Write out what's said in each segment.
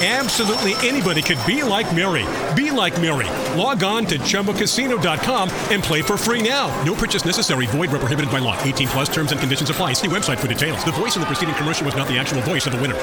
Absolutely anybody could be like Mary. Be like Mary. Log on to ChumboCasino.com and play for free now. No purchase necessary. Void where prohibited by law. 18 plus terms and conditions apply. See website for details. The voice in the preceding commercial was not the actual voice of the winner.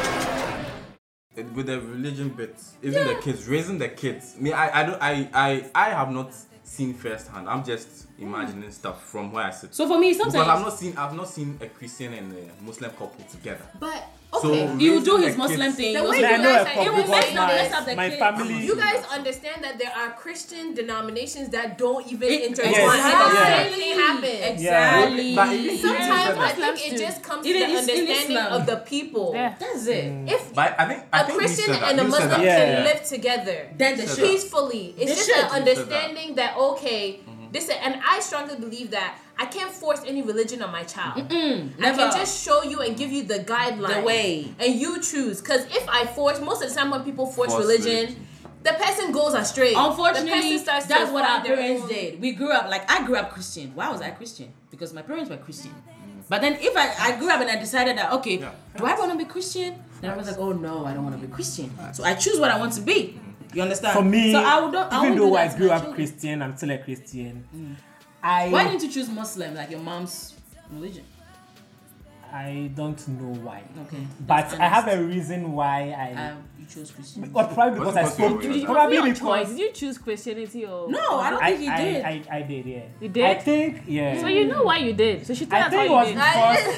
with the religion bit, even the kids, raising the kids. I mean, I, I don't, I, I, I have not seen firsthand. I'm just imagining stuff from where I sit. Hmm. So for me, because sometimes I've not seen, I've not seen a Christian and a Muslim couple together. But So okay. you do raising his the Muslim kids- thing. The you way also- you I know guys a are couple It was because like, no, irritating. let's have my, the my kids. family. You guys understand that there are Christian denominations that don't even It- intertwine. Yes. And the Yeah. same thing happens. Exactly. But even if you Sometimes said I that- think it just comes to Even the is- in Mm. understanding Islam. of the people. Yeah. That's it. If But I think, I a think Christian you said that. and a you said Muslim that. can Yeah, yeah. live together Then they should. peacefully, it's They just should. an understanding that okay, Mm-hmm. this is, and I strongly believe that I can't force any religion on my child. I Never. can just show you and give you the guidelines, The way. and you choose. Because if I force, most of the time when people force, Force religion, religion. the person goes astray. the Unfortunately, person starts to that's what our find their parents own- did. We grew up like I grew up Christian. Why was I Christian? Because my parents were Christian. But then if I, I grew up and I decided that okay, do I want to be Christian? Then I was like, oh no, I don't want to be Christian. So I choose what I want to be. You understand? For me, so I would not, I even won't do though that I to grew my up children. Mm. Christian, I'm still a Christian. I Why didn't you choose Muslim like your mom's religion? I don't know why, Okay, but that's I have honest. a reason why I. I, you chose Christian. Uh, Or probably because I What's the spoke. question? Free Probably on choice. because Did you choose Christianity or? No, I don't I, think you did. I, I, I did. Yeah. You did? I think. Yeah. So you know why you did. So she told I us think it why was you did.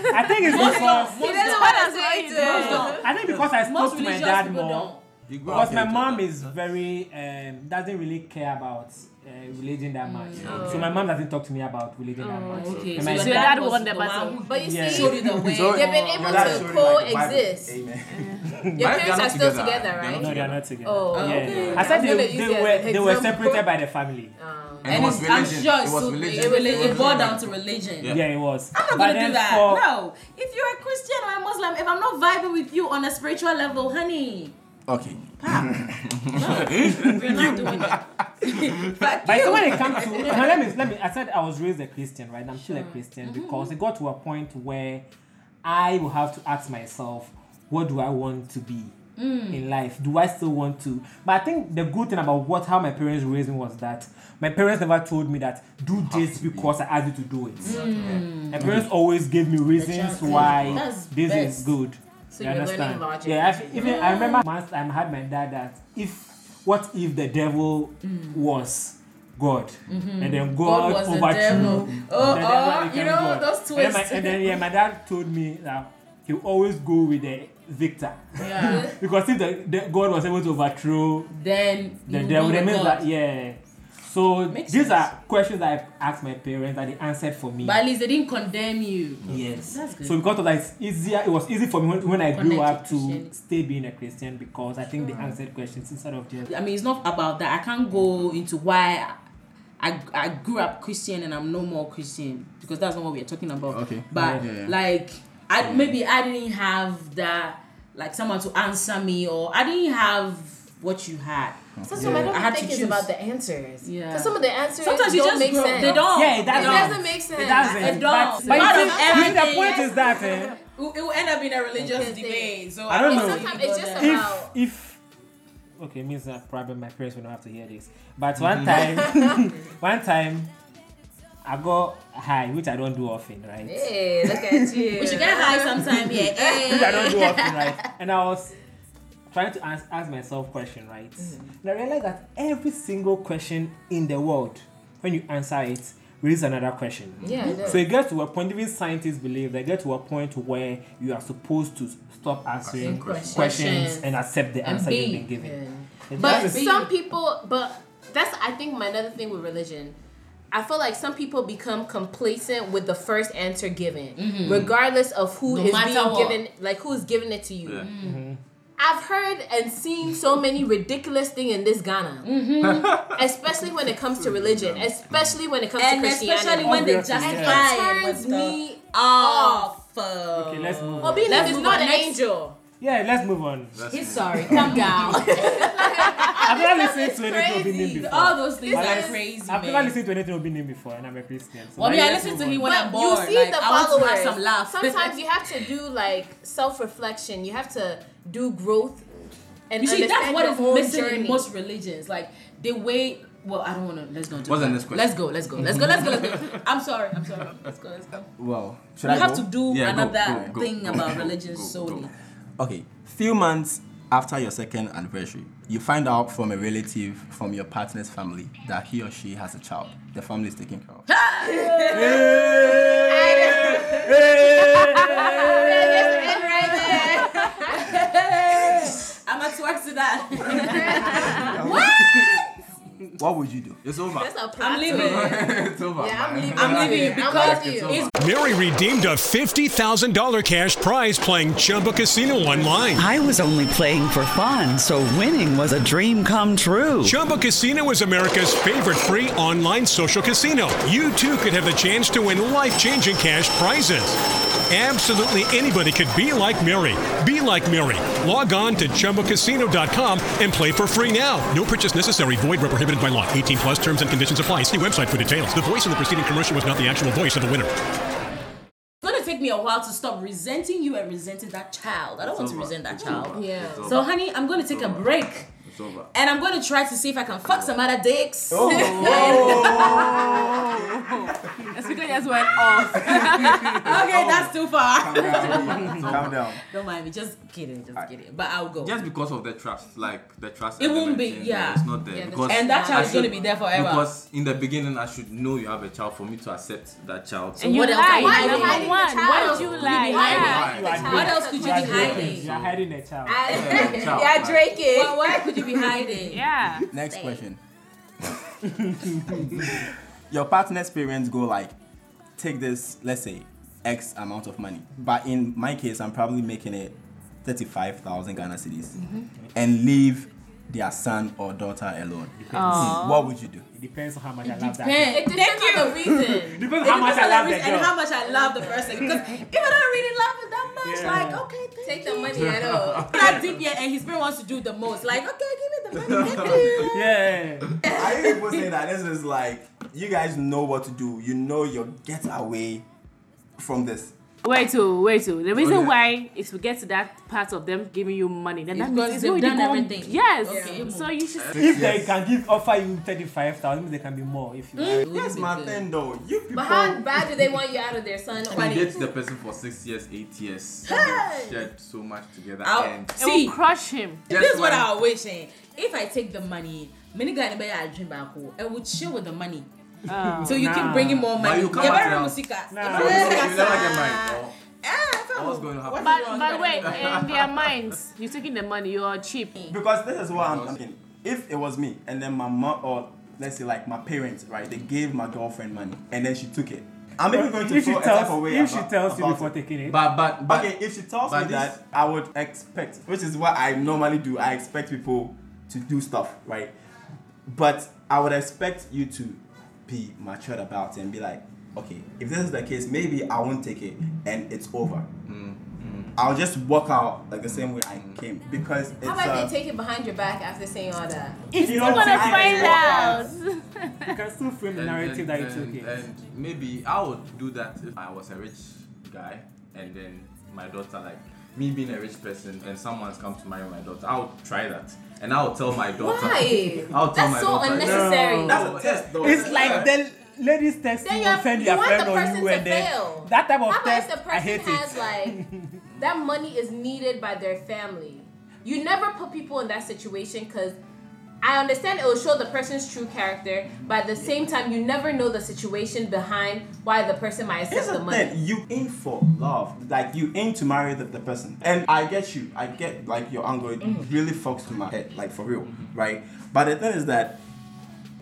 because I think it's because He Most doesn't don't. want to Most say it. don't. I think because I spoke Most to my religious dad people more. don't. You go Because out my there, mom you is very um, doesn't really care about uh, religion that much. So my mom doesn't talk to me about religion that much. Mm, Oh, Okay, And so my your So your dad- dad dad was won the the battle. one- But you Yeah. see, showed you the they've way. So- been Oh, able That's to surely like the Bible. coexist. Amen. Your But they're parents are still not together. together, They're right? not no, they are not together. Oh, yeah. okay. I said I'm they, gonna use they it as were an they were example. separated by the family. And it was it's, I'm religion. sure it it's was so- religion. it, really- It it, was boiled religion. down to religion. Yeah, it was. I'm not but gonna then do that. for No. If you're a Christian or a Muslim, if I'm not vibing with you on a spiritual level, honey, Okay. we're not doing it. Fuck But you. so when it comes to now, let me let me. I said I was raised a Christian, right? I'm still a Christian Mm-hmm. because it got to a point where I will have to ask myself, what do I want to be Mm. in life? Do I still want to? But I think the good thing about what how my parents raised me was that my parents never told me that do this because I asked you to do it. Hmm. My parents always gave me reasons Exactly. why That's this is best. good. So you're learning logic. Yeah, I, f- even I remember once time I had my dad that if what if the devil was God and Mm. Mm-hmm. then God, God was the devil. overthrew Oh, the devil oh, became you know, God. those And then, my, twists. and then yeah, my dad told me that he always go with the victor Yeah. because if the, the God was able to overthrow Then the you devil, go that with means God. that yeah. So Makes these sense. are questions that I asked my parents that they answered for me. But at least they didn't condemn you. Yes. That's good. So because of that, it's easier. It was easy for me when, when I grew Connect up to to Christianity. stay being a Christian because I think they answered questions instead of just. I mean, it's not about that. I can't go into why I, I grew up Christian and I'm no more Christian because that's not what we're talking about. Okay. But Yeah, yeah, yeah. like, I maybe I didn't have that like someone to answer me or I didn't have what you had. Sometimes I don't I had to think it's choose. about the answers. Yeah. Because some of the answers Sometimes you don't just make grow- sense. they don't. Yeah, it It doesn't. doesn't make sense. It doesn't. It But, don't. Part but you of see, you see, the everything. point is that eh, It will it will end up in a religious debate. So I don't think know. we Sometimes go it's just there. about- if Wow. if okay, it means that probably my parents will not have to hear this. But Mm-hmm. one time, one time, I got high, which I don't do often, right? Hey, look at you. we should get high sometime. Yeah. which I don't do often, right? And I was trying to ask, ask myself question, right? And I realized that every single question in the world, when you answer it, raises another question. Yeah, it does. So it gets to a point, even scientists believe they get to a point where you are supposed to stop answering questions, questions. and accept the answer be- you've been given. And But that is- some people, but that's I think my another thing with religion. I feel like some people become complacent with the first answer given, regardless of who Mm-hmm. No is matter being what. given, like who's giving it to you. Yeah. I've heard and seen so many ridiculous things in this Ghana, especially when it comes to religion, especially when it comes Mm-hmm. And to Christianity. especially when they Obviously, justify yeah. it it turns with the- Ah, me off. off. okay, let's move. Obedience Let's is move not on. an Next- angel. Yeah, let's move on. He's sorry. Calm down. I've never listened to anything Obi name crazy. before. All those things But are like, crazy. I've never man. listened to anything Obi name before, and I'm a Christian. So Well, like, me, I let's listen to move on. him when But I'm bored. you see like, the I want to have followers. some laughs. Sometimes you have to do like self reflection. You have to do growth. And You see, that's understand what your is own missing in journey. most religions. Like they wait. Well, I don't want to. Let's not do. What's the that. next question? Let's go. Let's go. Let's go. Let's go. Let's go. I'm sorry. I'm sorry. Let's go. Let's go. Well, should We I have go? to do Yeah, go, another go, go, thing go, about go, religion go, go. solely. Okay, few months after your second anniversary, you find out from a relative from your partner's family that he or she has a child. The family is taking care of. I'm at work to that. What would you do? It's over. That's a I'm problem. leaving. it's over. Yeah, I'm man. leaving. I'm leaving because with you. it's Mary redeemed a $50,000 cash prize playing Chumba Casino online. I was only playing for fun, so winning was a dream come true. Chumba Casino is America's favorite free online social casino. You too could have the chance to win life changing cash prizes. Absolutely anybody could be like Mary. Be like Mary. Log on to ChumboCasino.com and play for free now. No purchase necessary. Void where prohibited by law. 18 plus terms and conditions apply. See website for details. The voice in the preceding commercial was not the actual voice of the winner. going to take me a while to stop resenting you and resenting that child. I don't want to over. resent that It's child. over. Yeah. It's So, over. honey, I'm going to take a break. It's over. And I'm going to try to see if I can fuck some other dicks. The speaker just went off. Okay, that's too far. Calm down. Don't mind me. Just kidding. Just kidding. But I'll go. Just because of the trust, like the trust. It won't element be, in there, yeah. It's not there. Yeah, the because and that child I is going to be should- there forever. Because in the beginning, I should know you have a child for me to accept that child. And you what else are lied. you hiding? Number one. Why did you lie? Yeah. Why? what else could you be You are hiding? Drake. You are hiding a child. Child, Yeah, like- Drake it. Well, why could you be hiding? Yeah. Next question. your partner's parents go like, take this, let's say, X amount of money. But in my case, I'm probably making it 35,000 Ghana cedis Mm-hmm. and leave their son or daughter alone. Hmm, What would you do? It depends on how much I love that. girl. Man, It depends on the reason. Depends on how much I love that and how girl. much I love the person. Because if I don't really love it that much, Yeah. like, okay, thank Take you. the money at all. That deep yet, and his parents wants to do the most. Like, okay, give me the money, thank you. Yeah. I hear people say that. This is like, you guys know what to do. You know your get away from this. Wait to wait to the reason Oh, yeah. why is to get to that part of them giving you money. Then that because means it's they've already done gone- everything. Yes. Okay. So you should. If they can give offer you thirty five thousand, there can be more if you. That's my thing, though. You people. But how bad do they want you out of their son? Or You money? get the person for six years, eight years. Hey! Shared so much together. I'll- and It will See, crush him. this is Yes, what ma'am. I was wishing. If I take the money, many guys never had dream back home. I would chill with the money. so you keep bringing more money. you come Yeah, back very now. musika. Nah. Yeah, very You never get musika. married. or- Ah, fam. What's going to happen? What's But wrong? but wait, in their minds, you're taking the money. You're cheap. Because this is what I'm thinking. If it was me, and then my mom, or let's say like my parents, right? They gave my girlfriend money, and then she took it. I'm even going to Mm. If she feel a type of tells, way if she about- tells you about before it. taking it, But, but, but. Okay, if she tells me but this- that, I would expect, which is what I normally do. I expect people to do stuff, right? But I would expect you to be matured about it and be like, okay, if this is the case, maybe I won't take it and it's over. Mm, I'll just walk out like the same way I came because it's. How about uh, they take it behind your back after saying all that? if you don't Gonna take it, find out. you can still frame the And- narrative and- that you took and- it. And maybe I would do that if I was a rich guy and then my daughter, like me being a rich person and someone's come to marry my daughter, I would try that. And I would tell my daughter. Why? I'll tell my That's so daughter. unnecessary. That's a test, though. It's like the ladies text Then you you and have- send you your want friend the or person you to and then fail. that type of How about if the text. I person hate has it. like that money is needed by their family? You never put people in that situation because I understand it will show the person's true character, but at the same time, you never know the situation behind why the person might Here's accept the the money. thing, you aim for love. Like you aim to marry the, the person. And I get you. I get like your angle. It Mm-hmm. really fucks with my head. Like for real. Right? But the thing is that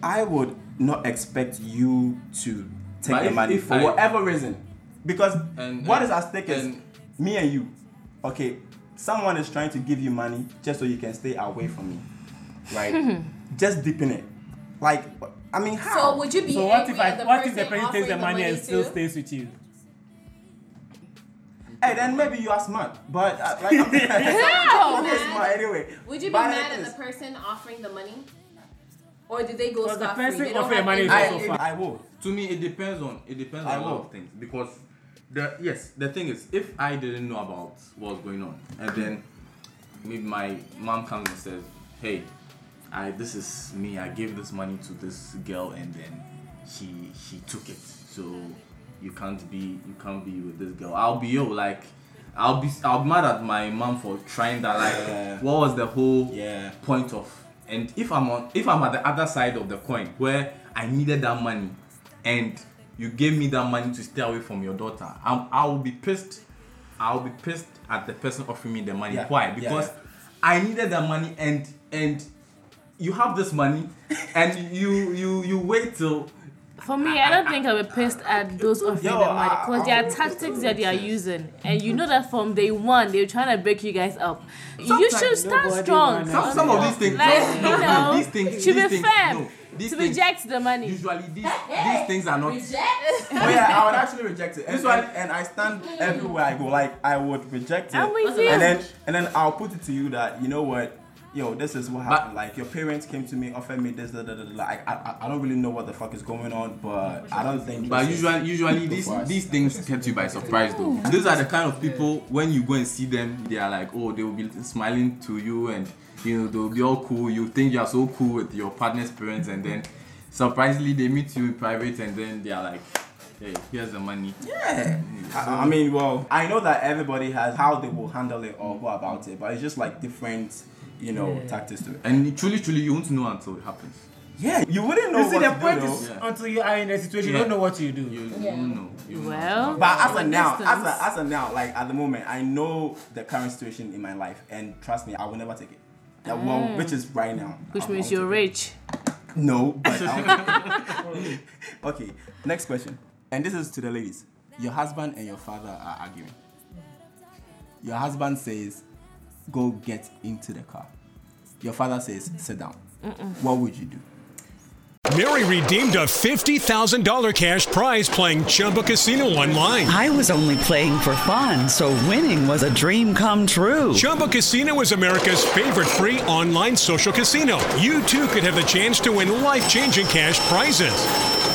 I would not expect you to take But the if- money if for I- whatever reason. Because And- what and- is at stake is and- me and you. Okay, someone is trying to give you money just so you can stay away from me. Right? just deepen it. Like I mean how So would you be So angry what if I at the what person if the person takes offering the money and still too? stays with you? Hey, then maybe you are smart, but uh, like, I'm I'm not smart anyway. Would you be But the mad thing at is, the person offering the money? Or do they go Because the scot free? person They don't offering have money is any- also I, I will. To me, it depends on it depends on I a lot will. of things because the yes the thing is if I didn't know about what was going on and then maybe my mom comes and says, "Hey, I this is me. I gave this money to this girl and then she she took it. So you can't be you can't be with this girl. I'll be yo like." I'll be I'll be mad at my mom for trying that. Like, Yeah. what was the whole Yeah. point of and if i'm on if i'm at the other side of the coin where i needed that money and you gave me that money to stay away from your daughter i'm i'll be pissed i'll be pissed at the person offering me the money Yeah. why Yeah, because yeah. i needed that money and and you have this money and you you you wait till For me, I don't think I will be pissed at those of you Yo, that I- because there are tactics that they are using, and you know that from day one they're trying to break you guys up. you should stand nobody strong. uh, wanna- some, some of these things Like, no, you no, no, know, these things to these be things, fair, no, these to things, reject the money. usually these these things are not Reject? Oh yeah, I would actually reject it. And, This one- and, and I stand everywhere I go. Like I would reject it. And we do. and then and then I'll put it to you that you know what, yo, this is what happened. like your parents came to me, offered me this, da da da da. Like I, I, I don't really know what the fuck is going on, but I don't think. But this is- usually, usually Go these for us. these things kept you by surprise though. These are the kind of people when you go and see them, they are like, oh, they will be smiling to you and you know they'll be all cool. You think you are so cool with your partner's parents, and then surprisingly they meet you in private, and then they are like, hey, here's the money. Yeah. I, I mean, well, I know that everybody has how they will handle it or go about it, but it's just like different, you know, tactics to it. And truly, truly, you won't know until it happens. Yeah, you wouldn't know You see, what the to point do, is though. Yeah. until you are in a situation, you Yeah. don't know what you do. You, Yeah. you won't know. You won't know. Well, But as Well, of now, as distance. a, as of now, like at the moment, I know the current situation in my life, and trust me, I will never take it. That one, which is right now. Mm. which I- I means won't you're take rich. it. No, but I won't take it. okay. Next question, and this is to the ladies. Your husband and your father are arguing. Your husband says, "Go get into the car." Your father says, "Sit down." What would you do? Mary redeemed a $50,000 cash prize playing Chumba Casino online. I was only playing for fun, so winning was a dream come true. Chumba Casino is America's favorite free online social casino. You too could have the chance to win life changing cash prizes.